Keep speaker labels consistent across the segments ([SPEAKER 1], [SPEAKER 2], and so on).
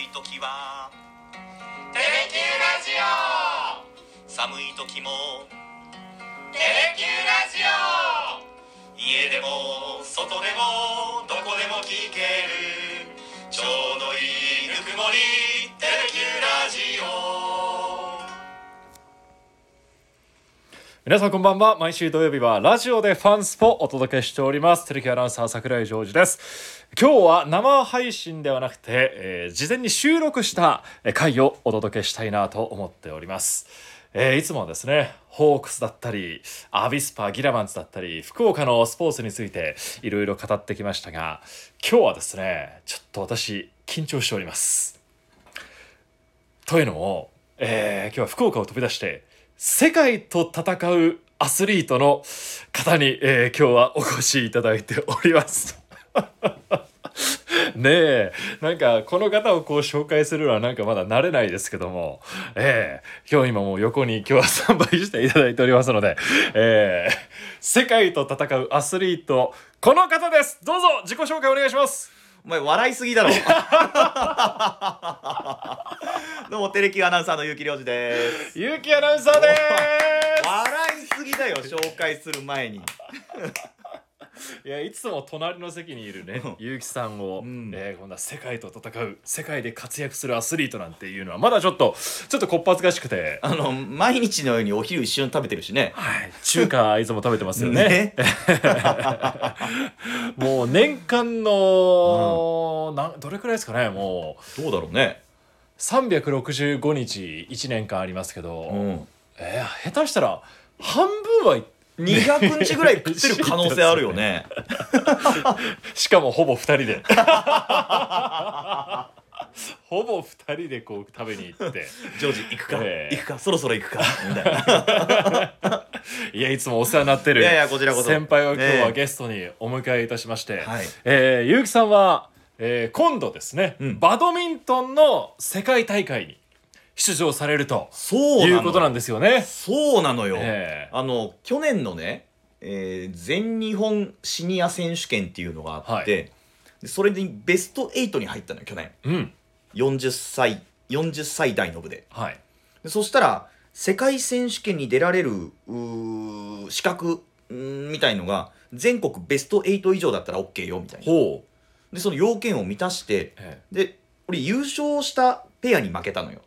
[SPEAKER 1] い時は
[SPEAKER 2] テレキューラジオ
[SPEAKER 1] 寒い時も
[SPEAKER 2] テレキューラジオ
[SPEAKER 1] 家でも外でもどこでも聞けるちょうどいいぬくもりテレキューラジオ
[SPEAKER 3] 皆さんこんばんは毎週土曜日はラジオでファンスポお届けしておりますテレキアナウンサー桜井ジョージです今日は生配信ではなくて、えー事前に収録したえー回をお届けしたいなと思っておりますえーいつもはですねホークスだったりアビスパギラマンズだったり福岡のスポーツについていろいろ語ってきましたが今日はですねちょっと私緊張しておりますというのも、えー今日は福岡を飛び出して世界と戦うアスリートの方に、えー今日はお越しいただいております。 ねえなんかこの方をこう紹介するのはなんかまだ慣れないですけども、ええ今日今もう横に今日は参拝していただいておりますので、ええ世界と戦うアスリートこの方ですどうぞ自己紹介お願いします
[SPEAKER 2] お前笑いすぎだろどうもテレキューアナウンサーの結城良二です
[SPEAKER 3] 結城アナウンサーで
[SPEAKER 2] 笑いすぎだよ紹介する前に
[SPEAKER 3] すいやいつも隣の席にいるね結城さんを、
[SPEAKER 2] うん
[SPEAKER 3] えーこんな世界と戦う世界で活躍するアスリートなんていうのはまだちょっとちょっとこっぱずかしくて、
[SPEAKER 2] あの毎日のようにお昼一緒に食べてるしね
[SPEAKER 3] はい、中華いつも食べてますよねもう年間の、なんどれくらいですかねもう
[SPEAKER 2] どうだろうね
[SPEAKER 3] 365日1年間ありますけど、
[SPEAKER 2] うん
[SPEAKER 3] えー下手したら半分は
[SPEAKER 2] 200日ぐらい食 ってる可能性あるよね
[SPEAKER 3] しかもほぼ2人で ほぼ2人でこう食べに行って
[SPEAKER 2] ジョージ行くか、
[SPEAKER 3] ええ
[SPEAKER 2] 行くかそろそろ行くかみたいない
[SPEAKER 3] やいつもお世話になってる
[SPEAKER 2] いやいやこちらこそ
[SPEAKER 3] 先輩を今日
[SPEAKER 2] え
[SPEAKER 3] は
[SPEAKER 2] え
[SPEAKER 3] ゲストにお迎えいたしまして、
[SPEAKER 2] はい
[SPEAKER 3] えー、ゆうきさんは、えー今度ですね、
[SPEAKER 2] うん
[SPEAKER 3] バドミントンの世界大会に出場されると
[SPEAKER 2] そう
[SPEAKER 3] い
[SPEAKER 2] なの
[SPEAKER 3] うことなんですよね。
[SPEAKER 2] そうなのよ、
[SPEAKER 3] ええ
[SPEAKER 2] あの去年のね、えー全日本シニア選手権っていうのがあって、でそれにベスト8に入ったのよ去年
[SPEAKER 3] うん、
[SPEAKER 2] 40歳40歳代の部で
[SPEAKER 3] はい、
[SPEAKER 2] でそしたら世界選手権に出られるうー資格うーんみたいのが全国ベスト8以上だったら OK よみたいな
[SPEAKER 3] ほう、
[SPEAKER 2] でその要件を満たして
[SPEAKER 3] え
[SPEAKER 2] で俺優勝したペアに負けたのよ、
[SPEAKER 3] ー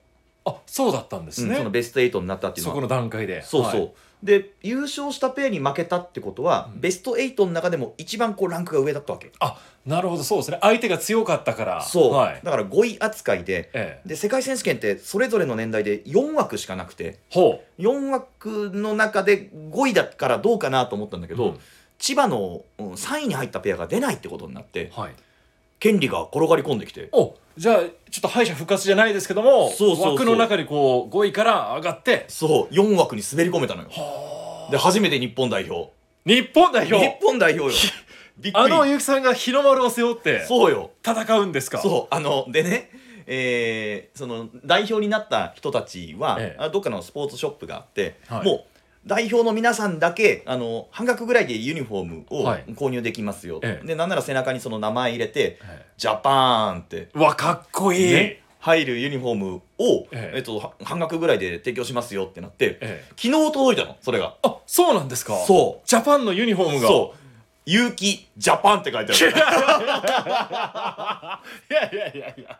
[SPEAKER 3] あそうだったんです
[SPEAKER 2] うん
[SPEAKER 3] ね、
[SPEAKER 2] そのベスト8になったっていう
[SPEAKER 3] そ
[SPEAKER 2] のは
[SPEAKER 3] この段階で
[SPEAKER 2] そうそう、
[SPEAKER 3] はい
[SPEAKER 2] で優勝したペアに負けたってことは、
[SPEAKER 3] うん
[SPEAKER 2] ベスト8の中でも一番こうランクが上だったわけ
[SPEAKER 3] あなるほどそうですね相手が強かったから
[SPEAKER 2] そう、
[SPEAKER 3] はい
[SPEAKER 2] だから5位扱いで
[SPEAKER 3] ええ
[SPEAKER 2] で世界選手権ってそれぞれの年代で4枠しかなくて
[SPEAKER 3] ほう
[SPEAKER 2] 4枠の中で5位だからどうかなと思ったんだけど、
[SPEAKER 3] うん
[SPEAKER 2] 千葉のうん3位に入ったペアが出ないってことになって
[SPEAKER 3] はい
[SPEAKER 2] 権利が転がり込んできて
[SPEAKER 3] おじゃあちょっと敗者復活じゃないですけども
[SPEAKER 2] そうそうそう
[SPEAKER 3] 枠の中にこう5位から上がって
[SPEAKER 2] そう4枠に滑り込めたのよで初めて日本代表
[SPEAKER 3] 日本代
[SPEAKER 2] 日
[SPEAKER 3] 表
[SPEAKER 2] 本代表よびっ
[SPEAKER 3] あの
[SPEAKER 2] くり
[SPEAKER 3] 結城さんが日の丸を背負って
[SPEAKER 2] そうよ
[SPEAKER 3] 戦うんですか
[SPEAKER 2] そうあのでね、えーその代表になった人たちは、
[SPEAKER 3] ええ
[SPEAKER 2] あどっかのスポーツショップがあって、
[SPEAKER 3] はい
[SPEAKER 2] もう代表の皆さんだけあの半額ぐらいでユニフォームを
[SPEAKER 3] はい
[SPEAKER 2] 購入できますよ、
[SPEAKER 3] ええ
[SPEAKER 2] でなんなら背中にその名前入れて
[SPEAKER 3] え
[SPEAKER 2] 「ジャパーン」って、
[SPEAKER 3] えうわかっこいい、
[SPEAKER 2] ね入るユニフォームを、え
[SPEAKER 3] ええ
[SPEAKER 2] っとは半額ぐらいで提供しますよってなって、
[SPEAKER 3] ええ
[SPEAKER 2] 昨日届いたのそれが
[SPEAKER 3] あそうなんですか
[SPEAKER 2] そう
[SPEAKER 3] ジャパンのユニフォームが
[SPEAKER 2] そう「結城ジャパン」って書いてある
[SPEAKER 3] いやいやいやいや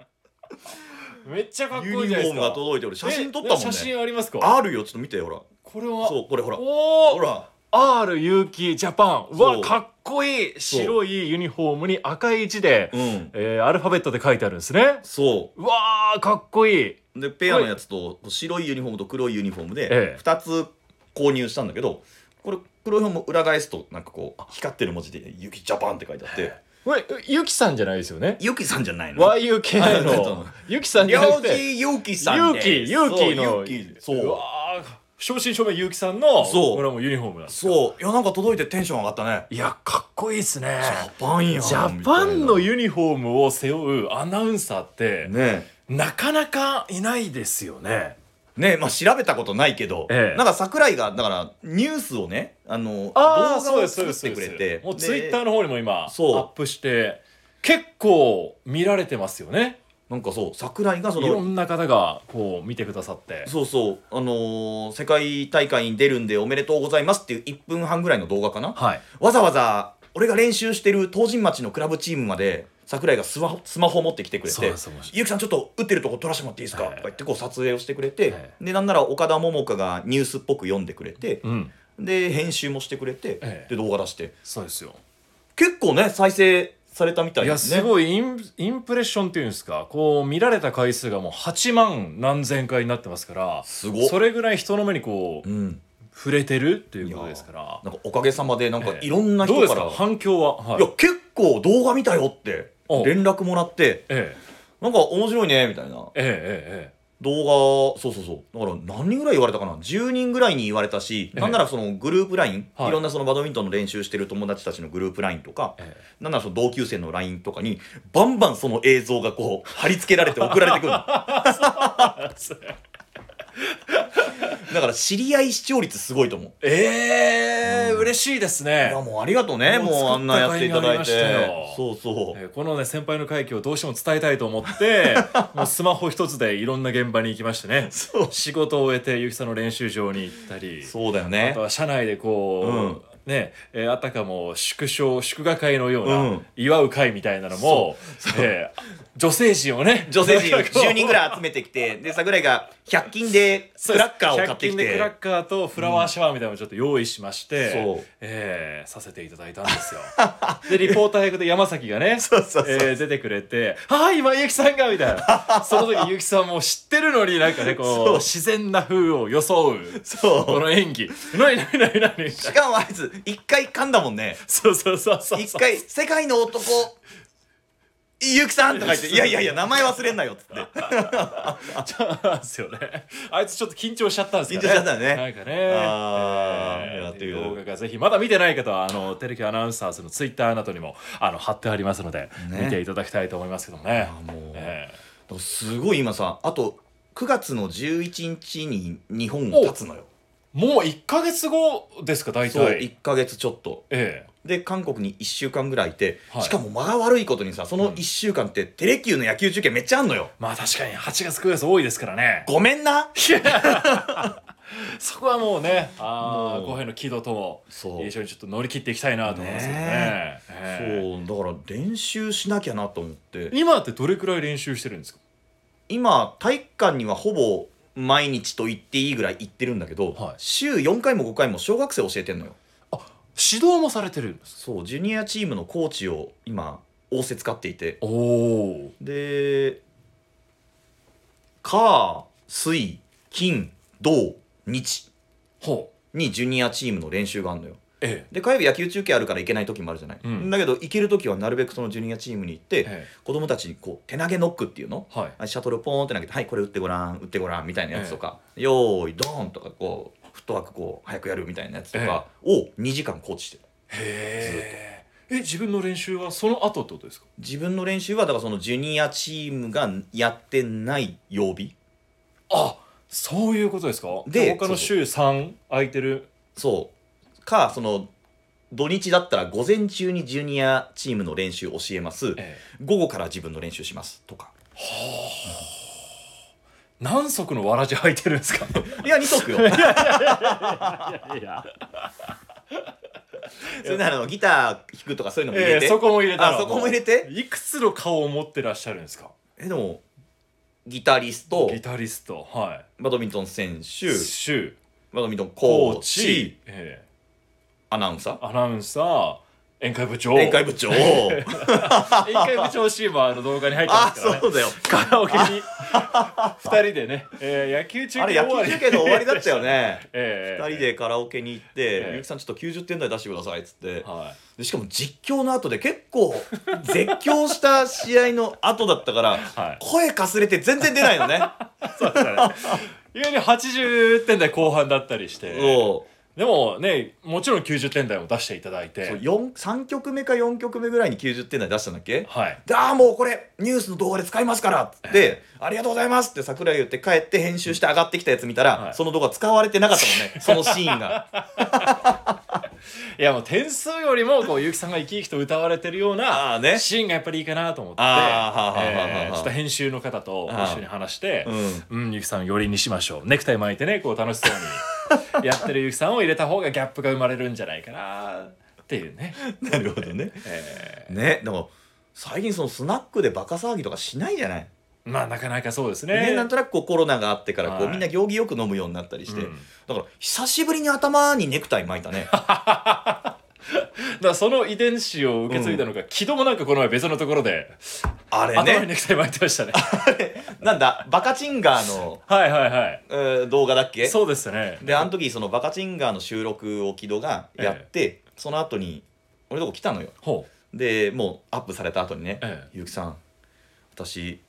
[SPEAKER 3] めっちゃかっこ
[SPEAKER 2] ユ
[SPEAKER 3] いい
[SPEAKER 2] ニ
[SPEAKER 3] じゃ
[SPEAKER 2] フ
[SPEAKER 3] な
[SPEAKER 2] ォー
[SPEAKER 3] いです
[SPEAKER 2] ム
[SPEAKER 3] か
[SPEAKER 2] が届いて俺写真撮ったもん
[SPEAKER 3] え写
[SPEAKER 2] ね
[SPEAKER 3] 真ありますか
[SPEAKER 2] あるよちょっと見てほら
[SPEAKER 3] これは
[SPEAKER 2] そうこれほら
[SPEAKER 3] お
[SPEAKER 2] ほ
[SPEAKER 3] お
[SPEAKER 2] ら
[SPEAKER 3] R 勇気ジャパンうわ
[SPEAKER 2] そう
[SPEAKER 3] かっこいい
[SPEAKER 2] そう
[SPEAKER 3] 白いユニフォームに赤い字で、
[SPEAKER 2] うん
[SPEAKER 3] えーアルファベットで書いてあるんですね
[SPEAKER 2] そう
[SPEAKER 3] わーかっこいいう
[SPEAKER 2] でペアのやつとこう白いユニフォームと黒いユニフォーム
[SPEAKER 3] ええ
[SPEAKER 2] で2つ購入したんだけどこれ黒い方も裏返すとなんかこう光ってる文字で「ゆきジャパン」って書いてあって
[SPEAKER 3] これゆきさんじゃないですよね
[SPEAKER 2] ゆきさんじゃないの
[SPEAKER 3] YUK
[SPEAKER 2] あそうそう
[SPEAKER 3] のゆきさんじゃな
[SPEAKER 2] 両
[SPEAKER 3] く て
[SPEAKER 2] 字ゆきさん
[SPEAKER 3] ゆ
[SPEAKER 2] で
[SPEAKER 3] きゆきの
[SPEAKER 2] そうゆき
[SPEAKER 3] う
[SPEAKER 2] そう
[SPEAKER 3] わー正真正銘ゆきさんの
[SPEAKER 2] そう
[SPEAKER 3] これはもうユニフォームなんです
[SPEAKER 2] そういやなんか届いてテンション上がったね
[SPEAKER 3] いやかっこいいですね
[SPEAKER 2] ジャパンやん
[SPEAKER 3] ジャパンの
[SPEAKER 2] み
[SPEAKER 3] ユニフォームを背負うアナウンサーって、
[SPEAKER 2] たいなね
[SPEAKER 3] なかなかいないですよね。
[SPEAKER 2] ねまあ調べたことないけど、
[SPEAKER 3] ええ
[SPEAKER 2] なんか桜井がだからニュースをねあの動
[SPEAKER 3] ああ、
[SPEAKER 2] 画
[SPEAKER 3] そう
[SPEAKER 2] を
[SPEAKER 3] です、そう
[SPEAKER 2] 作
[SPEAKER 3] で
[SPEAKER 2] って
[SPEAKER 3] す。
[SPEAKER 2] くれて
[SPEAKER 3] もうツイッ
[SPEAKER 2] で
[SPEAKER 3] ターの方にも今、ア
[SPEAKER 2] そう
[SPEAKER 3] ップして、結構見られてますよね。
[SPEAKER 2] なんかそう桜井がそ
[SPEAKER 3] いろ
[SPEAKER 2] の
[SPEAKER 3] んな方がこう見てくださって
[SPEAKER 2] そうそうあのー世界大会に出るんでおめでとうございますっていう1分半ぐらいの動画かな
[SPEAKER 3] はい
[SPEAKER 2] わざわざ俺が練習してる東神町のクラブチームまで桜井がスマホスマホを持ってきてくれ
[SPEAKER 3] そう
[SPEAKER 2] て
[SPEAKER 3] ですそうです
[SPEAKER 2] 「ゆうきさんちょっと打ってるとこ撮らせてもらっていいですか?」
[SPEAKER 3] はい
[SPEAKER 2] とか言ってこう撮影をしてくれて、
[SPEAKER 3] はい
[SPEAKER 2] でなんなら岡田桃佳がニュースっぽく読んでくれて、
[SPEAKER 3] うん
[SPEAKER 2] で編集もしてくれて、
[SPEAKER 3] ええ
[SPEAKER 2] で動画出して
[SPEAKER 3] そうですよ
[SPEAKER 2] 結構ね再生されたみたい
[SPEAKER 3] い
[SPEAKER 2] で
[SPEAKER 3] や
[SPEAKER 2] すね
[SPEAKER 3] すごいインインプレッションっていうんですかこう見られた回数がもう8万何千回になってますから
[SPEAKER 2] すごっ
[SPEAKER 3] それぐらい人の目にこう
[SPEAKER 2] うん、
[SPEAKER 3] 触れてるっていうことですから
[SPEAKER 2] なんかおかげさまでなんか
[SPEAKER 3] ええ
[SPEAKER 2] いろんな人
[SPEAKER 3] どうです
[SPEAKER 2] から、
[SPEAKER 3] か反響は、はい
[SPEAKER 2] いや結構動画見たよって
[SPEAKER 3] お
[SPEAKER 2] 連絡もらって
[SPEAKER 3] ええ
[SPEAKER 2] なんか面白いねみたいな
[SPEAKER 3] えええええ
[SPEAKER 2] 動画そうそうそうだから何人ぐらい言われたかな10人ぐらいに言われたし、
[SPEAKER 3] ええ
[SPEAKER 2] なんならそのグループ LINE、
[SPEAKER 3] はい
[SPEAKER 2] い、ろんなそのバドミントンの練習してる友達たちのグループ LINE とか、
[SPEAKER 3] えええ
[SPEAKER 2] なんならその同級生の LINE とかにバンバンその映像がこう貼り付けられて送られてく るだから知り合い視聴率すごいと思う
[SPEAKER 3] ええ
[SPEAKER 2] うん
[SPEAKER 3] 嬉しいです
[SPEAKER 2] い
[SPEAKER 3] ね
[SPEAKER 2] やもうありがとうね
[SPEAKER 3] も
[SPEAKER 2] もうあ
[SPEAKER 3] う
[SPEAKER 2] んなやっていただい
[SPEAKER 3] 作った甲斐があ
[SPEAKER 2] て
[SPEAKER 3] りました
[SPEAKER 2] そうそう、
[SPEAKER 3] えーこのね先輩の快挙をどうしても伝えたいと思って もうスマホ一つでいろんな現場に行きましてね
[SPEAKER 2] そう
[SPEAKER 3] 仕事を終えてゆきさんの練習場に行ったり
[SPEAKER 2] そうだよ
[SPEAKER 3] あ
[SPEAKER 2] ね
[SPEAKER 3] とは社内でこう、ねえーあたかも祝勝祝賀会のような、
[SPEAKER 2] うん
[SPEAKER 3] 祝う会みたいなのも、えー女性陣をね
[SPEAKER 2] 女性陣
[SPEAKER 3] なんかこう
[SPEAKER 2] 10人ぐらい集めてきてで桜井が100均でクラッカーを買って
[SPEAKER 3] 100均
[SPEAKER 2] き
[SPEAKER 3] で
[SPEAKER 2] て
[SPEAKER 3] クラッカーとフラワーシャワーみたいなのをちょっと用意しまして、
[SPEAKER 2] そう
[SPEAKER 3] えーさせていただいたんで すよでリポーター役で山崎がね
[SPEAKER 2] そうそうそう
[SPEAKER 3] えー出てくれて「はい今ゆきさんが」みたい なその時ゆきさんも知ってるのになんかね
[SPEAKER 2] そ
[SPEAKER 3] こう
[SPEAKER 2] う
[SPEAKER 3] 自然な風を装うこ
[SPEAKER 2] そう
[SPEAKER 3] の演技「なになになになに」
[SPEAKER 2] しかもあいつ一回噛んだもんね
[SPEAKER 3] そうそうそうそう
[SPEAKER 2] 一回「世界の男ゆきさん」とか言って「いやいやいや名前忘れんなよ」っつって
[SPEAKER 3] そうなんですよねあいつちょっと緊張しちゃったんですかね
[SPEAKER 2] 緊張しちゃったよね
[SPEAKER 3] なんかね
[SPEAKER 2] あーやってる
[SPEAKER 3] 動画がぜひまだ見てない方はあのテレキアナウンサーズのツイッターなどにもあの貼ってありますので、
[SPEAKER 2] ね
[SPEAKER 3] 見ていただきたいと思いますけどもね
[SPEAKER 2] あもう
[SPEAKER 3] え
[SPEAKER 2] すごい今さあと9月の11日に日本を立つのよ
[SPEAKER 3] えもう1か月後ですか大
[SPEAKER 2] そう
[SPEAKER 3] 体
[SPEAKER 2] 1か月ちょっと
[SPEAKER 3] ええ
[SPEAKER 2] で韓国に1週間ぐらいいて、
[SPEAKER 3] はい
[SPEAKER 2] しかも間が悪いことにさその1週間ってテレキューの野球中継めっちゃあんのよ
[SPEAKER 3] まあ確かに8月9月多いですからね
[SPEAKER 2] ごめんない
[SPEAKER 3] やそこはもうねああ
[SPEAKER 2] もう
[SPEAKER 3] 後輩の喜怒とも
[SPEAKER 2] そう
[SPEAKER 3] 一緒にちょっと乗り切っていきたいなと思いますけどね
[SPEAKER 2] ね
[SPEAKER 3] ええ
[SPEAKER 2] そうだから練習しなきゃなと思って
[SPEAKER 3] 今ってどれくらい練習してるんですか
[SPEAKER 2] 今体育館にはほぼ毎日と言っていいぐらい行ってるんだけど、
[SPEAKER 3] はい
[SPEAKER 2] 週4回も5回も小学生教えてんのよ
[SPEAKER 3] 指導もされてるんです
[SPEAKER 2] そうジュニアチームのコーチを今仰せ使っていて
[SPEAKER 3] おお
[SPEAKER 2] で火水金土日
[SPEAKER 3] ほう
[SPEAKER 2] にジュニアチームの練習があるのよ
[SPEAKER 3] え
[SPEAKER 2] で火曜日野球中継あるから行けない時もあるじゃない、
[SPEAKER 3] うん
[SPEAKER 2] だけど行ける時はなるべくそのジュニアチームに行って、
[SPEAKER 3] ええ
[SPEAKER 2] 子供たちにこう手投げノックっていうの、
[SPEAKER 3] えはい
[SPEAKER 2] シャトルをポーンって投げて「はいこれ打ってごらん打ってごらん」みたいなやつとか「よーいドーン!」とかこうフットワークこう早くやるみたいなやつとかを2時間コーチしてる
[SPEAKER 3] へええ自分の練習はその後ってことですか
[SPEAKER 2] 自分の練習はだからそのジュニアチームがやってない曜日
[SPEAKER 3] あそういうことですか
[SPEAKER 2] で
[SPEAKER 3] 他の週3空いてる
[SPEAKER 2] そうかその土日だったら午前中にジュニアチームの練習教えます
[SPEAKER 3] ええ
[SPEAKER 2] 午後から自分の練習しますとか
[SPEAKER 3] 何足のわらじ履いてるんです か
[SPEAKER 2] いや2足よ
[SPEAKER 3] いやいや
[SPEAKER 2] それならあのギター弾くとかそういうのも入
[SPEAKER 3] え
[SPEAKER 2] れ
[SPEAKER 3] え
[SPEAKER 2] て、
[SPEAKER 3] そこも入れたら
[SPEAKER 2] あそこも入れて
[SPEAKER 3] いくつの顔を持ってらっしゃるんですか
[SPEAKER 2] えでもギタリスト
[SPEAKER 3] ギタリストは
[SPEAKER 2] バドミントン選手
[SPEAKER 3] い週
[SPEAKER 2] バドミントン
[SPEAKER 3] コ
[SPEAKER 2] コ
[SPEAKER 3] ー
[SPEAKER 2] ー
[SPEAKER 3] チ
[SPEAKER 2] チ、
[SPEAKER 3] ええ
[SPEAKER 2] アナウンサー、
[SPEAKER 3] アナウンサー宴会部長
[SPEAKER 2] 宴会部長、
[SPEAKER 3] 宴会部長シーバーの動画に入ってま
[SPEAKER 2] あ、
[SPEAKER 3] すからね
[SPEAKER 2] そうだよ。
[SPEAKER 3] カラオケに二人でね、えー、野球中
[SPEAKER 2] あ
[SPEAKER 3] 継
[SPEAKER 2] れ
[SPEAKER 3] 終
[SPEAKER 2] 野球
[SPEAKER 3] わり。
[SPEAKER 2] 中継の終わりだったよね
[SPEAKER 3] え
[SPEAKER 2] 二
[SPEAKER 3] ー
[SPEAKER 2] 人でカラオケに行って、
[SPEAKER 3] え
[SPEAKER 2] ゆうきさんちょっと90点台出してくださいっつって、
[SPEAKER 3] は
[SPEAKER 2] でしかも実況の後で結構絶叫した試合の後だったから、
[SPEAKER 3] はい
[SPEAKER 2] 声かすれて全然出ないのね。
[SPEAKER 3] いそうだね 意外に80点台後半だったりして
[SPEAKER 2] そう
[SPEAKER 3] でもねもちろん90点台も出していただいて
[SPEAKER 2] そう四3曲目か4曲目ぐらいに90点台出したんだっけ
[SPEAKER 3] はい
[SPEAKER 2] でああもうこれニュースの動画で使いますからっつって、ありがとうございますって桜井言って帰って編集して上がってきたやつ見たら、
[SPEAKER 3] はい
[SPEAKER 2] その動画使われてなかったもんねそのシーンが
[SPEAKER 3] いやもう点数よりもこう結城さんが生き生きと歌われてるような
[SPEAKER 2] ああ ね
[SPEAKER 3] シーンがやっぱりいいかなと思って
[SPEAKER 2] ああはあはあはあはあ
[SPEAKER 3] えーちょっと編集の方と一緒に話して
[SPEAKER 2] ああ
[SPEAKER 3] うん結城さんよりにしましょうネクタイ巻いてねこう楽しそうにやってる結城さんを入れた方がギャップが生まれるんじゃないかなっていうね。
[SPEAKER 2] なるほどね
[SPEAKER 3] え
[SPEAKER 2] ねでも最近そのスナックでバカ騒ぎとかしないじゃない、
[SPEAKER 3] ーまあなかなかそうですね。
[SPEAKER 2] ねなんとなくこうコロナがあってからこう、
[SPEAKER 3] はい
[SPEAKER 2] みんな行儀よく飲むようになったりして、
[SPEAKER 3] うん
[SPEAKER 2] だから久しぶりに頭にネクタイ巻いたね
[SPEAKER 3] だからその遺伝子を受け継いだのか、木戸もなんかこの前別のところで
[SPEAKER 2] あれ
[SPEAKER 3] 頭に
[SPEAKER 2] ね
[SPEAKER 3] ネクタイ巻いてました ね
[SPEAKER 2] なんだバカチンガーの、
[SPEAKER 3] はいはいはい
[SPEAKER 2] えー動画だっけ
[SPEAKER 3] そうですね
[SPEAKER 2] であの時そのバカチンガーの収録を木戸がやって、その後に俺のとこ来たのよ
[SPEAKER 3] ほ
[SPEAKER 2] でもうアップされた後にね
[SPEAKER 3] え
[SPEAKER 2] 「結城さん私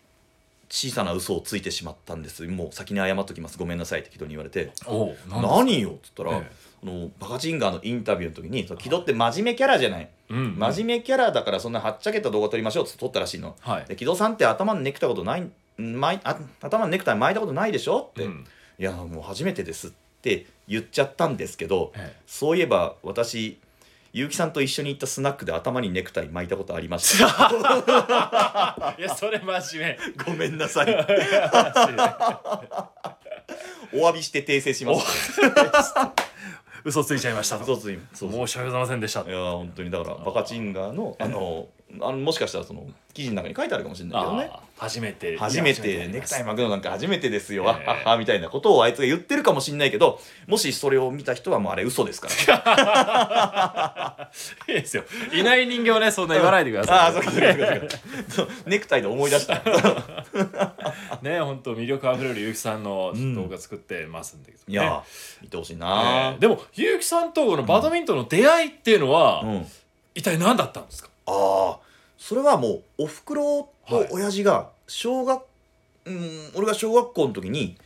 [SPEAKER 2] 小さな嘘をついてしまったんですもう先に謝っときますごめんなさい」って木戸に言われて
[SPEAKER 3] うおう
[SPEAKER 2] 「
[SPEAKER 3] なんだ
[SPEAKER 2] 何よ」っつったら、
[SPEAKER 3] ええ
[SPEAKER 2] あのバカチンガーのインタビューの時にその木戸って真面目キャラじゃない、
[SPEAKER 3] うん
[SPEAKER 2] 真面目キャラだからそんなはっちゃけた動画撮りましょうって撮ったらしいの、
[SPEAKER 3] はい
[SPEAKER 2] で木戸さんって頭にネクタイことないん巻いあ頭にネクタイ巻いたことないでしょって、
[SPEAKER 3] うん
[SPEAKER 2] いやもう初めてですって言っちゃったんですけど、
[SPEAKER 3] ええ
[SPEAKER 2] そういえば私結城さんと一緒に行ったスナックで頭にネクタイ巻いたことありました
[SPEAKER 3] いやそれ真面
[SPEAKER 2] ごめんなさい
[SPEAKER 3] 目真面目
[SPEAKER 2] お詫びして訂正します
[SPEAKER 3] 嘘ついちゃいました
[SPEAKER 2] そう
[SPEAKER 3] と
[SPEAKER 2] そうそうそう
[SPEAKER 3] 申し訳ございませんでした
[SPEAKER 2] いやー本当にだからバカチンガーのあのあのもしかしたらその記事の中に書いてあるかもしれないけどね
[SPEAKER 3] ああ初めて
[SPEAKER 2] 初めてネクタイ巻くのなんか初めてですよ、
[SPEAKER 3] え
[SPEAKER 2] わっはっはみたいなことをあいつが言ってるかもしれないけどもしそれを見た人はもうあれ嘘ですから
[SPEAKER 3] いいですよいない人間はねそんな言わないでくだ さ い
[SPEAKER 2] ああーそう かそうかそうかそうかネクタイで思い出した
[SPEAKER 3] ね本当魅力あふれる結城さんの動画作ってますんで、
[SPEAKER 2] いやー、見てほしいな
[SPEAKER 3] ね
[SPEAKER 2] ー、
[SPEAKER 3] でも結城さんとこのバドミントンの出会いっていうのは、
[SPEAKER 2] うん、あ
[SPEAKER 3] 一体何だったんですか
[SPEAKER 2] あそれはもうおふくろと親父が小学、うん俺が小学校の時に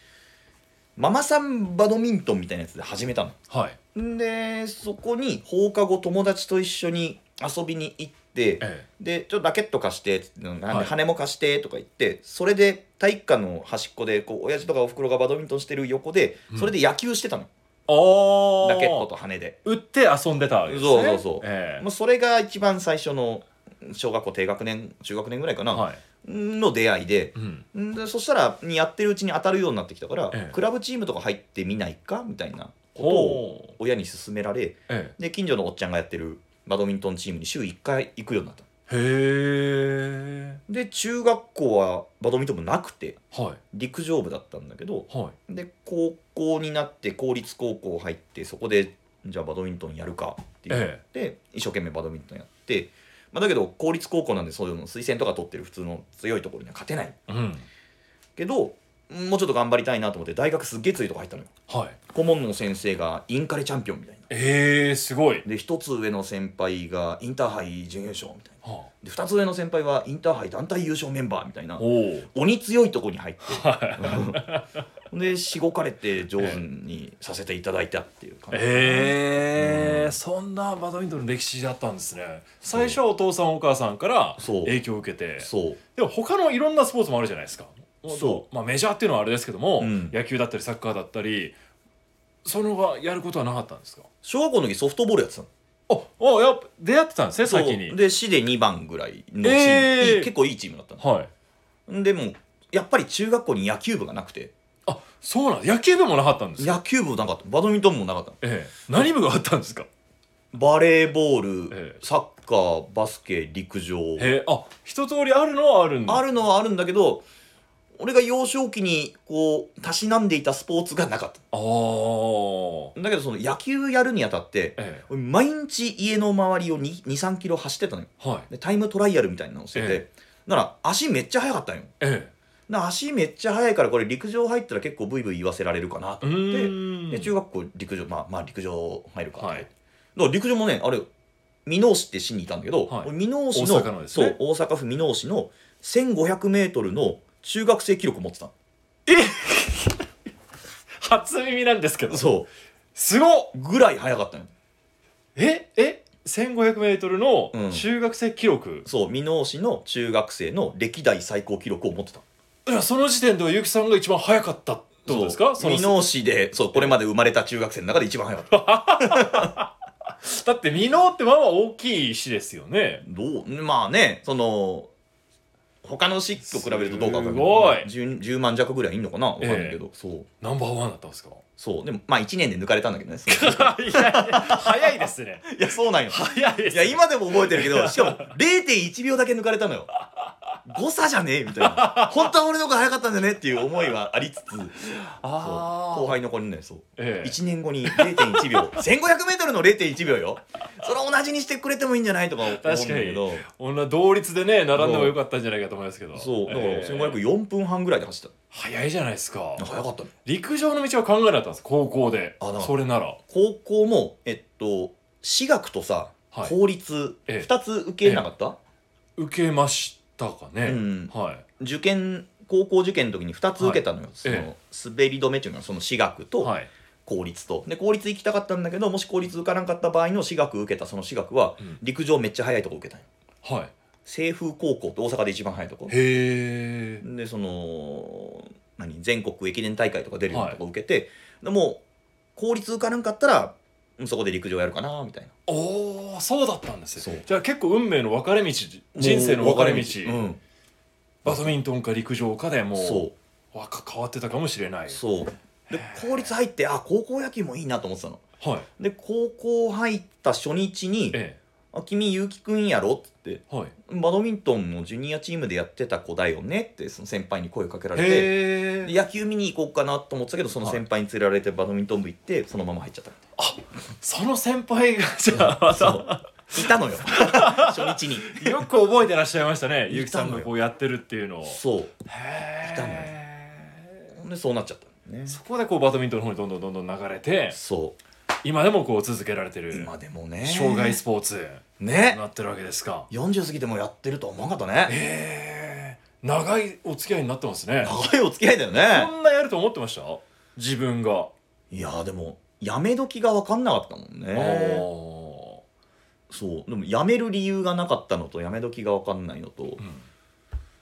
[SPEAKER 2] ママさんバドミントンみたいなやつで始めたの
[SPEAKER 3] はい
[SPEAKER 2] んでそこに放課後友達と一緒に遊びに行って
[SPEAKER 3] え
[SPEAKER 2] でちょっとラケット貸してっつってなんで
[SPEAKER 3] はい
[SPEAKER 2] 羽も貸してとか言ってそれで体育館の端っこでこう親父とかおふくろがバドミントンしてる横で
[SPEAKER 3] うん
[SPEAKER 2] それで野球してたの、
[SPEAKER 3] お
[SPEAKER 2] ラケットと羽で
[SPEAKER 3] 打って遊んでたわけですね
[SPEAKER 2] そうそうそう
[SPEAKER 3] ええ
[SPEAKER 2] もうそれが一番最初の小学校低学年中学年ぐらいかな、
[SPEAKER 3] はい
[SPEAKER 2] の出会いで
[SPEAKER 3] うん
[SPEAKER 2] んでそしたらにやってるうちに当たるようになってきたから、
[SPEAKER 3] ええ
[SPEAKER 2] クラブチームとか入ってみないかみたいなことを
[SPEAKER 3] ほう
[SPEAKER 2] 親に勧められ
[SPEAKER 3] え
[SPEAKER 2] で近所のおっちゃんがやってるバドミントンチームに週1回行くようになった
[SPEAKER 3] えへえ
[SPEAKER 2] で中学校はバドミントンもなくて
[SPEAKER 3] はい
[SPEAKER 2] 陸上部だったんだけど
[SPEAKER 3] はい
[SPEAKER 2] で高校になって公立高校入ってそこでじゃあバドミントンやるかって言って、
[SPEAKER 3] え
[SPEAKER 2] 一生懸命バドミントンやって、まあ、だけど公立高校なんでそういうの推薦とか取ってる普通の強いところには勝てない
[SPEAKER 3] えうん
[SPEAKER 2] けどもうちょっと頑張りたいなと思って大学すっげえ強いとこ入ったのよ
[SPEAKER 3] はい
[SPEAKER 2] 顧問の先生がインカレチャンピオンみたいな
[SPEAKER 3] ええすごい、
[SPEAKER 2] で一つ上の先輩がインターハイ準優勝みたいな
[SPEAKER 3] は
[SPEAKER 2] で二つ上の先輩はインターハイ団体優勝メンバーみたい
[SPEAKER 3] あ、
[SPEAKER 2] な
[SPEAKER 3] おお
[SPEAKER 2] 鬼強いとこに入って でしごかれて上手にさせていただいたっていう感じ、
[SPEAKER 3] ええそんなバドミントンの歴史だったんですね最初はお父さんお母さんから
[SPEAKER 2] そう
[SPEAKER 3] 影響を受けて
[SPEAKER 2] そう
[SPEAKER 3] でも他のいろんなスポーツもあるじゃないですか
[SPEAKER 2] そ
[SPEAKER 3] まあ、メジャーっていうのはあれですけども、
[SPEAKER 2] うん
[SPEAKER 3] 野球だったりサッカーだったりそのがやることはなかったんですか
[SPEAKER 2] 小学校の時ソフトボールやってたの
[SPEAKER 3] ああやっぱ出会ってたんですね先
[SPEAKER 2] そう
[SPEAKER 3] に
[SPEAKER 2] で市で2番ぐらいのチーム、
[SPEAKER 3] えー
[SPEAKER 2] いい結構いいチームだった
[SPEAKER 3] はい
[SPEAKER 2] のでもやっぱり中学校に野球部がなくて
[SPEAKER 3] あそうなん野球部もなかったんですか
[SPEAKER 2] 野球部なかったバドミントン部もなかったの
[SPEAKER 3] ええ何部があったんですか
[SPEAKER 2] バレーボール、
[SPEAKER 3] ええ
[SPEAKER 2] サッカーバスケ陸上
[SPEAKER 3] ええあ一通りあるのはあるんだ
[SPEAKER 2] あるのはあるんだけど俺が幼少期にこうたしなんでいたスポーツがなかった
[SPEAKER 3] あー
[SPEAKER 2] だけどその野球やるにあたって、
[SPEAKER 3] え
[SPEAKER 2] 俺毎日家の周りを2 3キロ走ってたのよ
[SPEAKER 3] えはい
[SPEAKER 2] でタイムトライアルみたいなのをしてて、
[SPEAKER 3] え
[SPEAKER 2] なら足めっちゃ速かったんよ
[SPEAKER 3] え
[SPEAKER 2] な足めっちゃ速いからこれ陸上入ったら結構ブイブイ言わせられるかなと
[SPEAKER 3] えう
[SPEAKER 2] 思って
[SPEAKER 3] ーん
[SPEAKER 2] で中学校陸上まあまあ陸上入るか、
[SPEAKER 3] はい
[SPEAKER 2] だから陸上もねあれ箕面市って市にいたんだけど、
[SPEAKER 3] はい
[SPEAKER 2] 俺箕面市
[SPEAKER 3] 大
[SPEAKER 2] の
[SPEAKER 3] 阪のです
[SPEAKER 2] そ
[SPEAKER 3] ね
[SPEAKER 2] う大阪府箕面市の 1500m の中学生記録持ってた
[SPEAKER 3] 初耳なんですけど
[SPEAKER 2] のそ
[SPEAKER 3] すごっ
[SPEAKER 2] うぐらい速かったのよ
[SPEAKER 3] ええ 1500m
[SPEAKER 2] う
[SPEAKER 3] の
[SPEAKER 2] ん
[SPEAKER 3] 中学生記録、
[SPEAKER 2] そう箕面市の中学生の歴代最高記録を持ってた
[SPEAKER 3] いやその時点では結城さんが一番早かったってことですか
[SPEAKER 2] そう
[SPEAKER 3] の
[SPEAKER 2] 箕面市でそうこれまで生まれた中学生の中で一番早かった
[SPEAKER 3] だって箕面ってまあまあ大きい石ですよね
[SPEAKER 2] どうまあねその他の市と比べるとどうかわかん
[SPEAKER 3] すごい
[SPEAKER 2] 10, 10万弱ぐらいいんのかなわかんないけど、そう
[SPEAKER 3] ナンバーワンだったんですか
[SPEAKER 2] そうでもまあ1年で抜かれたんだけどねその
[SPEAKER 3] いやいや 早いですね
[SPEAKER 2] いやそうなんよ
[SPEAKER 3] 早いです
[SPEAKER 2] いや今でも覚えてるけどしかも0.1秒だけ抜かれたのよ誤差じゃねえみたいな本当は俺の方が早かったんじゃねっていう思いはありつつそう
[SPEAKER 3] あー
[SPEAKER 2] 後輩の子にねそう
[SPEAKER 3] ええ
[SPEAKER 2] 1年後に0.1秒 1500m の0.1秒よそれは同じにしてくれてもいいんじゃないとか思うんだけど
[SPEAKER 3] 女同率でね並んでもよかったんじゃないかと思いますけど
[SPEAKER 2] そうだから
[SPEAKER 3] ええ
[SPEAKER 2] 1504分半ぐらいで走っ
[SPEAKER 3] 早いじゃないですか
[SPEAKER 2] た早かったね
[SPEAKER 3] 陸上の道は考えなかったんです高校で
[SPEAKER 2] あな
[SPEAKER 3] それなら
[SPEAKER 2] 高校もえっと私学とさ
[SPEAKER 3] はい
[SPEAKER 2] 公立
[SPEAKER 3] ええ
[SPEAKER 2] 2つ受けなかった
[SPEAKER 3] 受けましたかね、
[SPEAKER 2] うん
[SPEAKER 3] はい
[SPEAKER 2] 受験高校受験の時に2つ受けたのよそ
[SPEAKER 3] え
[SPEAKER 2] の滑り止めっていうのはその私学と
[SPEAKER 3] はい、
[SPEAKER 2] 公立とで公立行きたかったんだけどもし公立受からんかった場合の私学受けたその私学は
[SPEAKER 3] うん
[SPEAKER 2] 陸上めっちゃ速いとこ受けたんよ
[SPEAKER 3] はい、
[SPEAKER 2] 清風高校って大阪で一番速いとこ
[SPEAKER 3] へえ
[SPEAKER 2] でその何全国駅伝大会とか出るようなとこ受けて、でも公立受からんかったらうんそこで陸上やるかなみたいな
[SPEAKER 3] おおそうだったんです
[SPEAKER 2] そ
[SPEAKER 3] よ
[SPEAKER 2] う
[SPEAKER 3] じゃあ結構運命の分かれ道人生の分かれ道
[SPEAKER 2] うん、
[SPEAKER 3] バドミントンか陸上かでもう
[SPEAKER 2] そ
[SPEAKER 3] わか変わってたかもしれないう
[SPEAKER 2] そうで公立入ってあ高校野球もいいなと思ってたの
[SPEAKER 3] はい
[SPEAKER 2] で高校入った初日に
[SPEAKER 3] え
[SPEAKER 2] 「あ君結城くんやろ?」っつって
[SPEAKER 3] えはい
[SPEAKER 2] 「バドミントンのジュニアチームでやってた子だよね」ってその先輩に声かけられて
[SPEAKER 3] へ
[SPEAKER 2] で
[SPEAKER 3] え
[SPEAKER 2] 野球見に行こうかなと思ってたけどその先輩に連れられてバドミントン部行ってそのまま入っちゃったみたいな
[SPEAKER 3] その先輩がじゃあ ま
[SPEAKER 2] そ
[SPEAKER 3] た
[SPEAKER 2] ういた のよ初日に
[SPEAKER 3] よく覚えてらっしゃいましたね
[SPEAKER 2] い
[SPEAKER 3] ゆきさ
[SPEAKER 2] たのよ
[SPEAKER 3] んのこうやってるっていうのを
[SPEAKER 2] そ
[SPEAKER 3] へえ
[SPEAKER 2] いたのようでそうなっちゃったのね
[SPEAKER 3] そこでこうバドミントンの方にどんどんどんどん流れて
[SPEAKER 2] そ
[SPEAKER 3] 今でもこう続けられて
[SPEAKER 2] う
[SPEAKER 3] る
[SPEAKER 2] 今でもね
[SPEAKER 3] 障害スポーツに
[SPEAKER 2] ね
[SPEAKER 3] なってるわけですか
[SPEAKER 2] 40過ぎてもやってるとは思わなかったね
[SPEAKER 3] へえ長いお付き合いになってますね
[SPEAKER 2] 長いお付き合いだよ
[SPEAKER 3] こ
[SPEAKER 2] ね
[SPEAKER 3] んなやると思ってました自分が
[SPEAKER 2] いやーでもやめ時が分かんなかったもん
[SPEAKER 3] あ
[SPEAKER 2] ね
[SPEAKER 3] ー
[SPEAKER 2] そうでもやめる理由がなかったのとやめ時が分かんないのと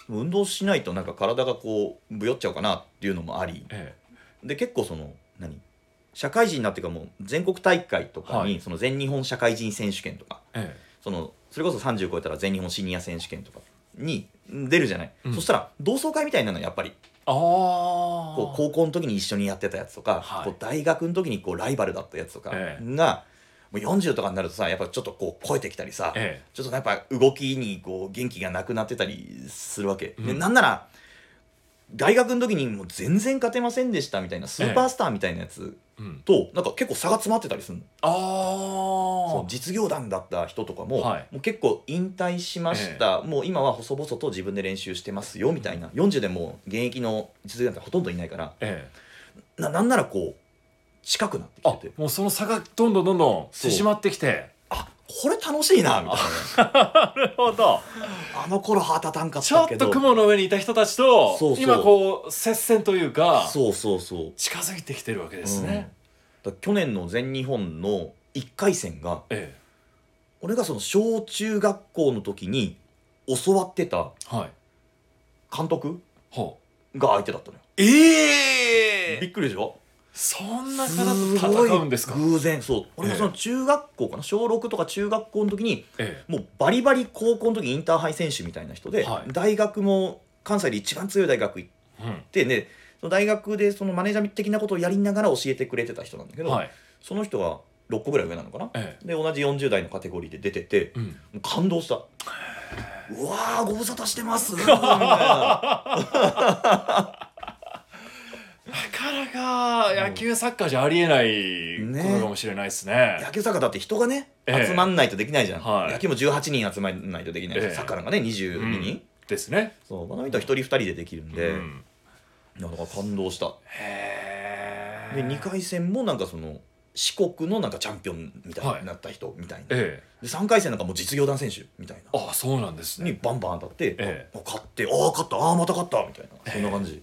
[SPEAKER 3] うん
[SPEAKER 2] 運動しないとなんか体がこうぶよっちゃうかなっていうのもあり
[SPEAKER 3] え
[SPEAKER 2] で結構その何社会人になってからもう全国大会とか
[SPEAKER 3] は
[SPEAKER 2] にその全日本社会人選手権とか
[SPEAKER 3] ええ
[SPEAKER 2] そのそれこそ30超えたら全日本シニア選手権とかに出るじゃない、
[SPEAKER 3] うん
[SPEAKER 2] そしたら同窓会みたいなのやっぱり
[SPEAKER 3] えああ
[SPEAKER 2] こう高校の時に一緒にやってたやつとか、
[SPEAKER 3] はい
[SPEAKER 2] こう大学の時にこうライバルだったやつとかが、
[SPEAKER 3] ええ
[SPEAKER 2] もう40とかになるとさやっぱちょっとこう超えてきたりさ、
[SPEAKER 3] え
[SPEAKER 2] ちょっとやっぱ動きにこう元気がなくなってたりするわけ、で
[SPEAKER 3] うん
[SPEAKER 2] なんなら大学の時にもう全然勝てませんでしたみたいなスーパースターみたいなやつ
[SPEAKER 3] えうん
[SPEAKER 2] と、なんか結構差が詰まってたりするの
[SPEAKER 3] ああ
[SPEAKER 2] そう実業団だった人とかも,、
[SPEAKER 3] はい
[SPEAKER 2] もう結構引退しました、もう今は細々と自分で練習してますよみたいな40でもう現役の実業団ってほとんどいないから
[SPEAKER 3] ええ
[SPEAKER 2] ななんならこう近くなってき
[SPEAKER 3] あ
[SPEAKER 2] てて
[SPEAKER 3] もうその差がどんどんどんどん
[SPEAKER 2] そう
[SPEAKER 3] 縮まってきて
[SPEAKER 2] あこれ楽しいなみたい
[SPEAKER 3] なるほど
[SPEAKER 2] なあの頃はたたんかっ
[SPEAKER 3] ちょ
[SPEAKER 2] た
[SPEAKER 3] っ
[SPEAKER 2] けど
[SPEAKER 3] と雲の上にいた人たちと
[SPEAKER 2] そうそう
[SPEAKER 3] 今こう接戦というか
[SPEAKER 2] そうそうそう
[SPEAKER 3] 近づいてきてるわけですね、
[SPEAKER 2] うんだから去年の全日本の1回戦が
[SPEAKER 3] え
[SPEAKER 2] 俺がその小中学校の時に教わってた
[SPEAKER 3] えはい
[SPEAKER 2] 監督
[SPEAKER 3] ほう
[SPEAKER 2] が相手だったのよ
[SPEAKER 3] え
[SPEAKER 2] びっくりでしょ
[SPEAKER 3] そんな方と戦うんですか
[SPEAKER 2] ごい偶然そう俺がその中学校かな小6とか中学校の時に
[SPEAKER 3] え
[SPEAKER 2] もうバリバリ高校の時インターハイ選手みたいな人で、
[SPEAKER 3] はい
[SPEAKER 2] 大学も関西で一番強い大学行っ
[SPEAKER 3] えう
[SPEAKER 2] てねその大学でそのマネージャー的なことをやりながら教えてくれてた人なんだけ
[SPEAKER 3] ん
[SPEAKER 2] ど、
[SPEAKER 3] はい
[SPEAKER 2] その人が6個ぐらい上なのかな
[SPEAKER 3] ええ
[SPEAKER 2] で同じ40代のカテゴリーで出てて
[SPEAKER 3] うん、
[SPEAKER 2] もう感動したうわーご無沙汰して ますみたいな
[SPEAKER 3] なかなか野球サッカーじゃありえない
[SPEAKER 2] ね
[SPEAKER 3] ことかもしれないですね
[SPEAKER 2] 野球サッカーだって人がね
[SPEAKER 3] ええ
[SPEAKER 2] 集まんないとできないじゃん、
[SPEAKER 3] はい
[SPEAKER 2] 野球も18人集まんないとできないし、
[SPEAKER 3] ええ
[SPEAKER 2] サッカーなんかね22人、
[SPEAKER 3] ですね。
[SPEAKER 2] そうバドミントン一人二人でできるんで、
[SPEAKER 3] うん
[SPEAKER 2] なんか感動した
[SPEAKER 3] へ
[SPEAKER 2] で2回戦もなんかその四国のなんかチャンピオンみたいになった人みたいな、
[SPEAKER 3] え
[SPEAKER 2] で3回戦なんかもう実業団選手みたいな
[SPEAKER 3] え、あそうなんです
[SPEAKER 2] に
[SPEAKER 3] ね。
[SPEAKER 2] バンバン当たって、
[SPEAKER 3] え
[SPEAKER 2] あ勝ってああ勝ったああまた勝ったみたいなそんな感じ、そう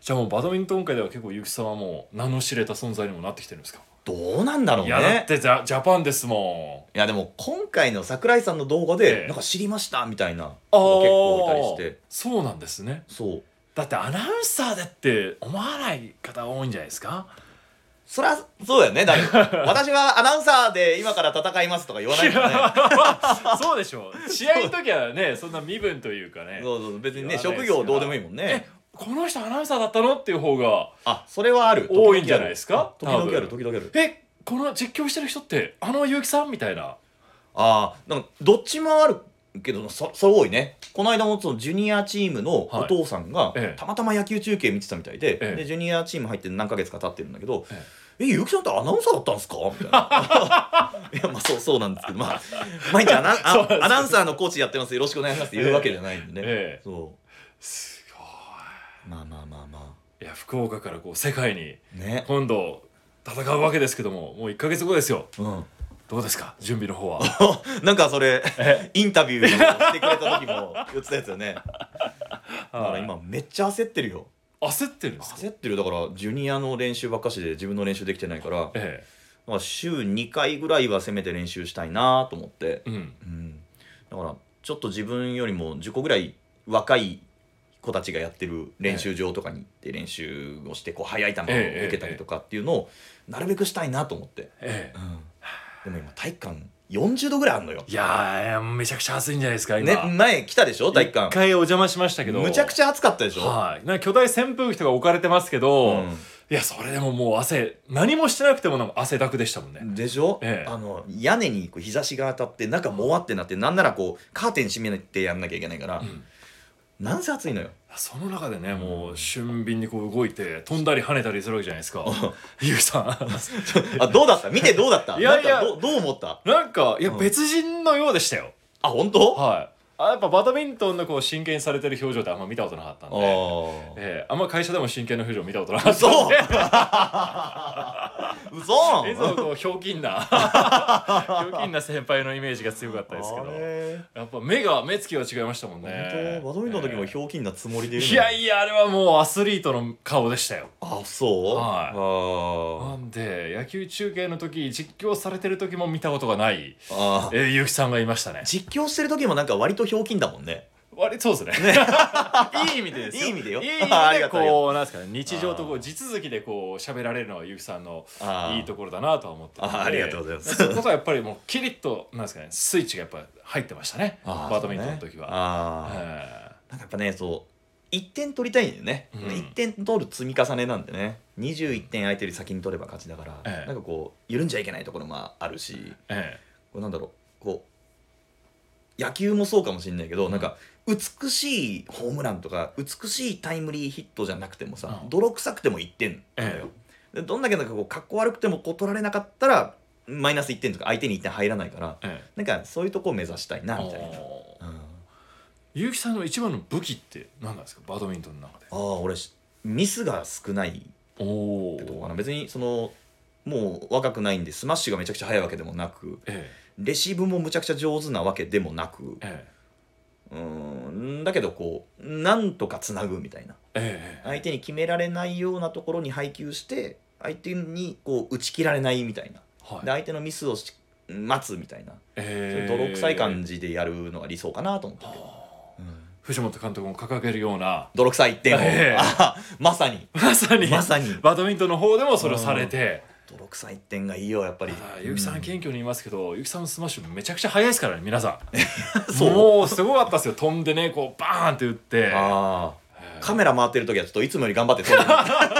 [SPEAKER 3] じゃあもうバドミントン界では結構ゆきさんはもう名の知れた存在にもなってきてるんですか。
[SPEAKER 2] どうなんだろう
[SPEAKER 3] い
[SPEAKER 2] ね
[SPEAKER 3] やだってジャジャパンですもん。
[SPEAKER 2] いやでも今回の櫻井さんの動画で
[SPEAKER 3] ええ
[SPEAKER 2] なんか知りましたみたいなのが結構いたりして
[SPEAKER 3] あーそうなんですね。
[SPEAKER 2] そう
[SPEAKER 3] だってアナウンサーでって思わない方多いんじゃないですか。
[SPEAKER 2] そりゃそうだよねだ って私はアナウンサーで今から戦いますとか言わないからね
[SPEAKER 3] そうでしょう試合の時はねそんな身分というかね
[SPEAKER 2] そうそう別にね
[SPEAKER 3] 言わな
[SPEAKER 2] 職
[SPEAKER 3] いです
[SPEAKER 2] 業
[SPEAKER 3] よ
[SPEAKER 2] どうでもいいもんね
[SPEAKER 3] この人アナウンサーだったのっていう方が
[SPEAKER 2] あそれはある
[SPEAKER 3] 多いんじゃないですか
[SPEAKER 2] 時々ある
[SPEAKER 3] 多
[SPEAKER 2] 時々ある
[SPEAKER 3] えこの実況してる人ってあの結城さんみたいな
[SPEAKER 2] ああなんかどっちもあるけどそそれ多いねこの間もそのジュニアチームのお父さんが
[SPEAKER 3] ええ
[SPEAKER 2] たまたま野球中継見てたみたいで,、
[SPEAKER 3] ええ
[SPEAKER 2] でジュニアチーム入って何ヶ月か経ってるんだけど
[SPEAKER 3] え
[SPEAKER 2] 「えゆきさんってアナウンサーだったんですか?」みたいな いやまあそうそうなんですけどまあ毎日アナ
[SPEAKER 3] そうなんです
[SPEAKER 2] あアナウンサーのコーチやってますよろしくお願いしますって言うわけじゃないんでね、
[SPEAKER 3] ええ
[SPEAKER 2] そ
[SPEAKER 3] す
[SPEAKER 2] うまあまあまあま
[SPEAKER 3] ごいいや福岡からこう世界に
[SPEAKER 2] あね
[SPEAKER 3] 今度戦うわけですけどももう1か月後ですよ
[SPEAKER 2] うん
[SPEAKER 3] どうですか準備の方は
[SPEAKER 2] なんかそれ
[SPEAKER 3] え
[SPEAKER 2] インタビューをしてくれた時も言ってたやつよ ねだから
[SPEAKER 3] はい
[SPEAKER 2] 今めっちゃ焦ってるよ
[SPEAKER 3] 焦ってるんですか
[SPEAKER 2] 焦ってるよだからジュニアの練習ばっかしで自分の練習できてないからだか
[SPEAKER 3] え
[SPEAKER 2] ら週2回ぐらいはせめて練習したいなと思って
[SPEAKER 3] え、うん
[SPEAKER 2] うん、だからちょっと自分よりも10個ぐらい若い子たちがやってる練習場とかに行って練習をしてこう速い球を受けたりとかっていうのをなるべくしたいなと思って、
[SPEAKER 3] ええ
[SPEAKER 2] うん、でも今体感40度ぐらいあるのよ、
[SPEAKER 3] いやーめちゃくちゃ暑いんじゃないですか今、
[SPEAKER 2] ね、前来たでしょ体
[SPEAKER 3] 一
[SPEAKER 2] 育館
[SPEAKER 3] 回お邪魔しましたけど
[SPEAKER 2] むちゃくちゃ暑かったでしょ、
[SPEAKER 3] はい、なんか巨大扇風機とか置かれてますけど、
[SPEAKER 2] うん
[SPEAKER 3] いやそれでももう汗何もしてなくてもなんか汗だくでしたもんね、
[SPEAKER 2] でしょ、
[SPEAKER 3] ええ
[SPEAKER 2] あの屋根にこう日差しが当たって中もわってなってなんならこうカーテン閉めてやんなきゃいけないから、
[SPEAKER 3] うん
[SPEAKER 2] なんせ暑いのよ
[SPEAKER 3] その中でねもう俊敏にこう動いて飛んだり跳ねたりするわけじゃないですかゆうさ
[SPEAKER 2] あどうだった見てどうだった
[SPEAKER 3] いやい
[SPEAKER 2] な
[SPEAKER 3] や
[SPEAKER 2] んかどうどう思った
[SPEAKER 3] ん なんかいや
[SPEAKER 2] うん
[SPEAKER 3] 別人のようでしたよ、
[SPEAKER 2] あ本当あ
[SPEAKER 3] はいあやっぱバドミントンのこう真剣にされてる表情ってあんま見たことなかったん
[SPEAKER 2] あ
[SPEAKER 3] で
[SPEAKER 2] ー
[SPEAKER 3] ええあんま会社でも真剣な表情見たことなかったん
[SPEAKER 2] 嘘
[SPEAKER 3] で
[SPEAKER 2] 嘘
[SPEAKER 3] いつもこうひょうきん なひょうきんな先輩のイメージが強かったですけど
[SPEAKER 2] あれ
[SPEAKER 3] やっぱ目が目つきが違いましたもんね
[SPEAKER 2] 本当バドミントンの時もひょうきんなつもりで
[SPEAKER 3] え
[SPEAKER 2] い
[SPEAKER 3] え
[SPEAKER 2] る
[SPEAKER 3] いやいやあれはもうアスリートの顔でしたよ
[SPEAKER 2] あそう
[SPEAKER 3] はいな
[SPEAKER 2] あ
[SPEAKER 3] んで野球中継の時実況されてる時も見たことがない、
[SPEAKER 2] ーあー
[SPEAKER 3] えー、ゆうきさんがいましたね
[SPEAKER 2] 実況してる時もなんか割とひょうきんだもんね
[SPEAKER 3] 割とそうですねいい意味でですよ
[SPEAKER 2] いい意味でよ
[SPEAKER 3] いい意
[SPEAKER 2] ああり
[SPEAKER 3] 味で
[SPEAKER 2] がとうありが
[SPEAKER 3] こうなんですかね日常とこ
[SPEAKER 2] あ
[SPEAKER 3] う
[SPEAKER 2] ー
[SPEAKER 3] 地続きでこう喋られるのはゆうきさんの
[SPEAKER 2] あー
[SPEAKER 3] いいところだなとは思ってるんで
[SPEAKER 2] あーありがとうございます
[SPEAKER 3] そことはやっぱりもうキリッとなんですかねスイッチがやっぱ入ってましたね
[SPEAKER 2] あー
[SPEAKER 3] バドミントンの時は、
[SPEAKER 2] あー
[SPEAKER 3] え
[SPEAKER 2] なんかやっぱねそう1点取りたいんだよね、
[SPEAKER 3] うん
[SPEAKER 2] 一1点取る積み重ねなんでね21点相手より先に取れば勝ちだから、
[SPEAKER 3] ええ
[SPEAKER 2] なんかこう緩んじゃいけないところもあるし
[SPEAKER 3] ーえ
[SPEAKER 2] こうなんだろうこう野球もそうかもしれないけど、
[SPEAKER 3] ん
[SPEAKER 2] なんか美しいホームランとか美しいタイムリーヒットじゃなくてもさ、
[SPEAKER 3] うん
[SPEAKER 2] 泥臭くても1点だよ、でどんだけなんかこうかっこ悪くてもこう取られなかったらマイナス1点とか相手に1点入らないから
[SPEAKER 3] ええ
[SPEAKER 2] なんかそういうとこを目指したいな
[SPEAKER 3] え
[SPEAKER 2] みたいな。
[SPEAKER 3] おー
[SPEAKER 2] うん
[SPEAKER 3] ゆうきさんの一番の武器って何なんですかバドミントンの中で
[SPEAKER 2] ああ俺しミスが少ない
[SPEAKER 3] おお
[SPEAKER 2] ってとこかな別にそのもう若くないんでスマッシュがめちゃくちゃ速いわけでもなく
[SPEAKER 3] え
[SPEAKER 2] レシーブもむちゃくちゃ上手なわけでもなく
[SPEAKER 3] え
[SPEAKER 2] う
[SPEAKER 3] え
[SPEAKER 2] ーんだけどこうなんとかつなぐみたいな
[SPEAKER 3] えええ
[SPEAKER 2] 相手に決められないようなところに配球して相手にこう打ち切られないみたいな
[SPEAKER 3] はい
[SPEAKER 2] で相手のミスをし待つみたいな、そうい
[SPEAKER 3] え
[SPEAKER 2] う
[SPEAKER 3] ー
[SPEAKER 2] 泥臭い感じでやるのが理想かなと思ってるけど、うん
[SPEAKER 3] 藤本監督も掲げるような
[SPEAKER 2] 泥臭い一点を、
[SPEAKER 3] ええ
[SPEAKER 2] まさに
[SPEAKER 3] まさに
[SPEAKER 2] まさに
[SPEAKER 3] バドミントンの方でもそれをされて
[SPEAKER 2] 泥臭い一点がいいよやっぱり
[SPEAKER 3] あー結城さん謙虚に言いますけど結城さんのスマッシュめちゃくちゃ速いですからね皆さん
[SPEAKER 2] そう
[SPEAKER 3] もうすごかったですよ飛んでねこうバーンって打って
[SPEAKER 2] あ
[SPEAKER 3] え
[SPEAKER 2] あ
[SPEAKER 3] ー
[SPEAKER 2] カメラ回ってる時はちょっといつもより頑張って撮る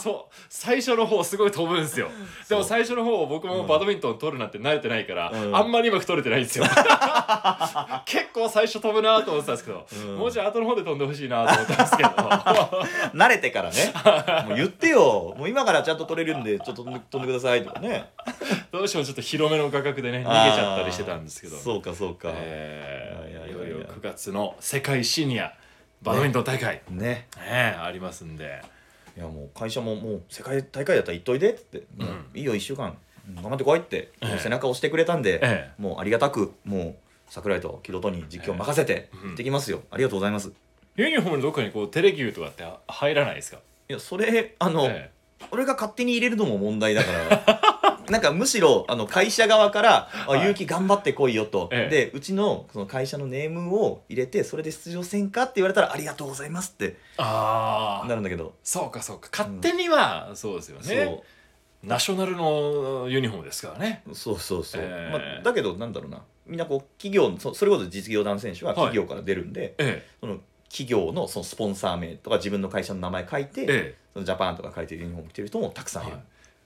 [SPEAKER 3] そう最初の方すごい飛ぶんですよでも
[SPEAKER 2] そう
[SPEAKER 3] 最初の方僕もバドミントン取るなんて慣れてないから、
[SPEAKER 2] うん
[SPEAKER 3] あんまりうまく取れてない んですよ結構最初飛ぶなと思ってたんですけど、
[SPEAKER 2] うん
[SPEAKER 3] もうちょい後の方で飛んでほしいなと思ったんですけど
[SPEAKER 2] 慣れてからねもう言ってよもう今からちゃんと撮れるんでちょっと飛んで飛んでくださいとかね
[SPEAKER 3] どうしてもちょっと広めの価格でね逃げちゃったりしてたんですけど
[SPEAKER 2] あーそうかそうか、い
[SPEAKER 3] え
[SPEAKER 2] や
[SPEAKER 3] ー
[SPEAKER 2] い
[SPEAKER 3] い
[SPEAKER 2] やいや
[SPEAKER 3] よいよ9月の世界シニアバドミントン大会、ね
[SPEAKER 2] ね
[SPEAKER 3] えありますんで
[SPEAKER 2] いやもう会社ももう世界大会だったら行っといでっつって、もういいよ1週間うん頑張ってこいって、
[SPEAKER 3] ええ
[SPEAKER 2] 背中を押してくれたんで、
[SPEAKER 3] え
[SPEAKER 2] もうありがたくもう桜井と木戸とに実況任せて
[SPEAKER 3] ええ
[SPEAKER 2] 行ってきますよ、ありがとうございますい
[SPEAKER 3] ユニフォームのどこにこうテレギューとかって入らないですか、
[SPEAKER 2] やそれあの、
[SPEAKER 3] え
[SPEAKER 2] 俺が勝手に入れるのも問題だから なんかむしろあの会社側から「あ
[SPEAKER 3] はい
[SPEAKER 2] 結城頑張ってこいよと」
[SPEAKER 3] ええ
[SPEAKER 2] でうちのその会社のネームを入れてそれで出場せんかって言われたら「ありがとうございます」って
[SPEAKER 3] えああ
[SPEAKER 2] なるんだけど、
[SPEAKER 3] そうかそうか勝手にはそうですよね、
[SPEAKER 2] そう
[SPEAKER 3] ナショナルのユニフォームですからね。
[SPEAKER 2] そうそうそう、
[SPEAKER 3] えー
[SPEAKER 2] まあ、だけどなんだろうなみんなこう企業そそれこそ実業団選手は
[SPEAKER 3] はい
[SPEAKER 2] 企業から出るんで、
[SPEAKER 3] え
[SPEAKER 2] その企業のそのスポンサー名とか自分の会社の名前書いて、
[SPEAKER 3] え、え
[SPEAKER 2] そのジャパンとか書いてるユニフォーム着てる人もたくさんい
[SPEAKER 3] え
[SPEAKER 2] る、
[SPEAKER 3] はい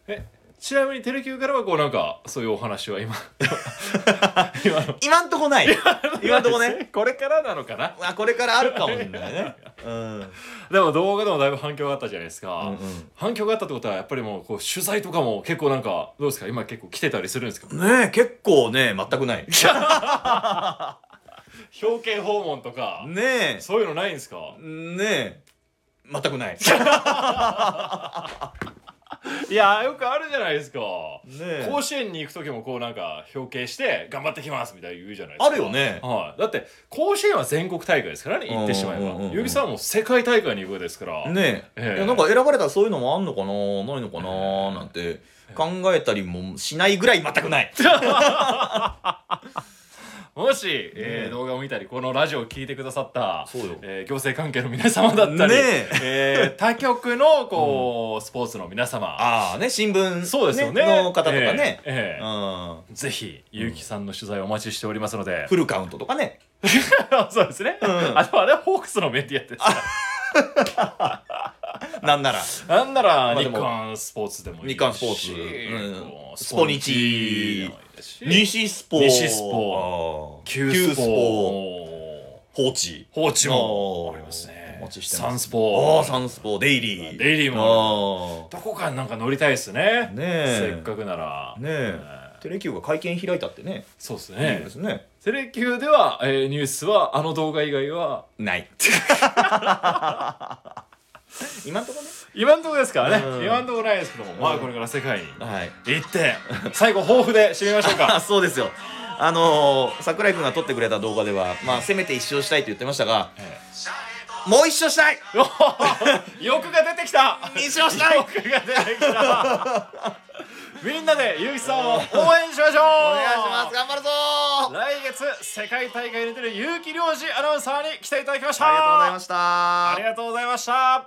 [SPEAKER 3] えちなみにテレキューからはこうなんかそういうお話は 今今の
[SPEAKER 2] 今んとこない今んとこ ね
[SPEAKER 3] これからなのかな
[SPEAKER 2] あこれからあるかもしれないねうん、うん
[SPEAKER 3] でも動画でもだいぶ反響があったじゃないですか、
[SPEAKER 2] うん
[SPEAKER 3] 反響があったってことはやっぱりもうこう取材とかも結構なんかどうですか今結構来てたりするんですか
[SPEAKER 2] ねえ結構ね全くない
[SPEAKER 3] 表敬訪問とか、
[SPEAKER 2] ね
[SPEAKER 3] そういうのないんですか
[SPEAKER 2] えねえ全くないね
[SPEAKER 3] いやよくあるじゃないですか、
[SPEAKER 2] え
[SPEAKER 3] 甲子園に行く時もこうなんか表敬して頑張ってきますみたいな言うじゃないです
[SPEAKER 2] あ
[SPEAKER 3] か
[SPEAKER 2] るよね
[SPEAKER 3] はい、だって甲子園は全国大会ですからね行ってしまえ
[SPEAKER 2] うんうんうんうん
[SPEAKER 3] ばゆきさんはもう世界大会に行くわけですから、
[SPEAKER 2] ね
[SPEAKER 3] え
[SPEAKER 2] えい
[SPEAKER 3] え
[SPEAKER 2] やなんか選ばれたらそういうのもあんのかなないのかななんて考えたりもしないぐらい全くない
[SPEAKER 3] もし、えー動画を見たりこのラジオを聞いてくださった
[SPEAKER 2] そうよ
[SPEAKER 3] えー行政関係の皆様だったり、
[SPEAKER 2] ね
[SPEAKER 3] えー他局のこう、スポーツの皆様
[SPEAKER 2] ああね新聞
[SPEAKER 3] そうですよね
[SPEAKER 2] の方とかね、
[SPEAKER 3] えーえ
[SPEAKER 2] うん
[SPEAKER 3] ぜひゆうきさんの取材をお待ちしておりますので、
[SPEAKER 2] フルカウントとかね
[SPEAKER 3] そうですね、
[SPEAKER 2] ん
[SPEAKER 3] あでもあれはホークスのメディアです
[SPEAKER 2] なんなら
[SPEAKER 3] なんなら
[SPEAKER 2] まあ
[SPEAKER 3] 日
[SPEAKER 2] でも
[SPEAKER 3] 刊スポーツでもいいし
[SPEAKER 2] 日刊スポーツうん
[SPEAKER 3] こう
[SPEAKER 2] スポニチ
[SPEAKER 3] スポニチでもいいし
[SPEAKER 2] 西スポ
[SPEAKER 3] 西ス
[SPEAKER 2] ポ
[SPEAKER 3] 旧ス
[SPEAKER 2] ポ
[SPEAKER 3] ポ
[SPEAKER 2] 放置
[SPEAKER 3] 放置も
[SPEAKER 2] あー
[SPEAKER 3] ありますね
[SPEAKER 2] お待ちしてます
[SPEAKER 3] サンス
[SPEAKER 2] あ
[SPEAKER 3] ポ
[SPEAKER 2] あサンスポデイリー
[SPEAKER 3] デイリー
[SPEAKER 2] も
[SPEAKER 3] どこかになんか乗りたいですね
[SPEAKER 2] ねえ
[SPEAKER 3] せっかくなら
[SPEAKER 2] ねえテレキューが会見開いたってね
[SPEAKER 3] そうです
[SPEAKER 2] いい
[SPEAKER 3] ね
[SPEAKER 2] ですね
[SPEAKER 3] テレキューでは、えーニュースはあの動画以外は
[SPEAKER 2] ない今んとこね
[SPEAKER 3] 今のところですからね、
[SPEAKER 2] うん
[SPEAKER 3] 今のところないですけども、まあこれから世界に
[SPEAKER 2] はい
[SPEAKER 3] 行って最後抱負で締めましょ うか
[SPEAKER 2] あそうですよあのー、桜井君が撮ってくれた動画では、まあ、せめて一勝したいと言ってましたが
[SPEAKER 3] え
[SPEAKER 2] もう一勝したい
[SPEAKER 3] えおー欲が出てきた
[SPEAKER 2] 二勝したい
[SPEAKER 3] 欲が出てきたみんなでゆうきさんを応援しましょ
[SPEAKER 2] お
[SPEAKER 3] う
[SPEAKER 2] 願いします頑張るぞー
[SPEAKER 3] 来月世界大会に出る結城良二アナウンサーに来ていただきました
[SPEAKER 2] ありがとうございました
[SPEAKER 3] ありがとうございました